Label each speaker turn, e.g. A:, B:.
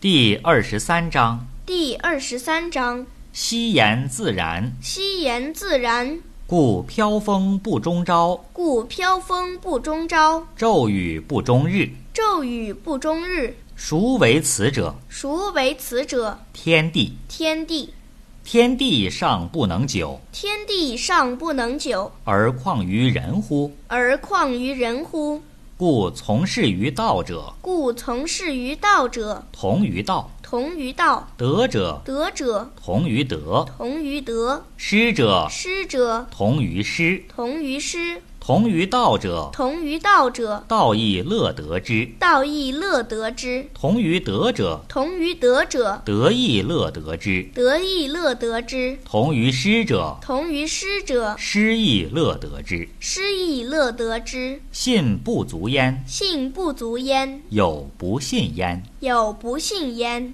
A: 第二十三章：
B: 第二十三章：
A: 惜言自然，
B: 惜言自然，
A: 故飘风不终朝，
B: 故飘风不终朝，
A: 骤雨不终日。
B: 骤雨不终日。
A: 孰为此者？
B: 孰为此者？
A: 天地。
B: 天地。
A: 天地尚不能久，
B: 天地尚不能久，
A: 而况于人乎？
B: 而况于人乎？
A: 故从事于道者，
B: 故从事于道者，
A: 同于道；
B: 同于道。
A: 德者，
B: 德者，
A: 同于德；
B: 同于德；
A: 师者，
B: 师者，
A: 同于师；
B: 同于师；
A: 同于道者，
B: 同于道者，
A: 道亦乐得之；
B: 道亦乐得之；
A: 同于德者，
B: 同于德者，
A: 德亦乐得之；
B: 德亦乐得之；
A: 同于师者，
B: 同于师者，
A: 师亦乐得之。
B: 师亦乐得之。
A: 信不足焉，
B: 信不足焉，
A: 有不信焉。
B: 有不信焉。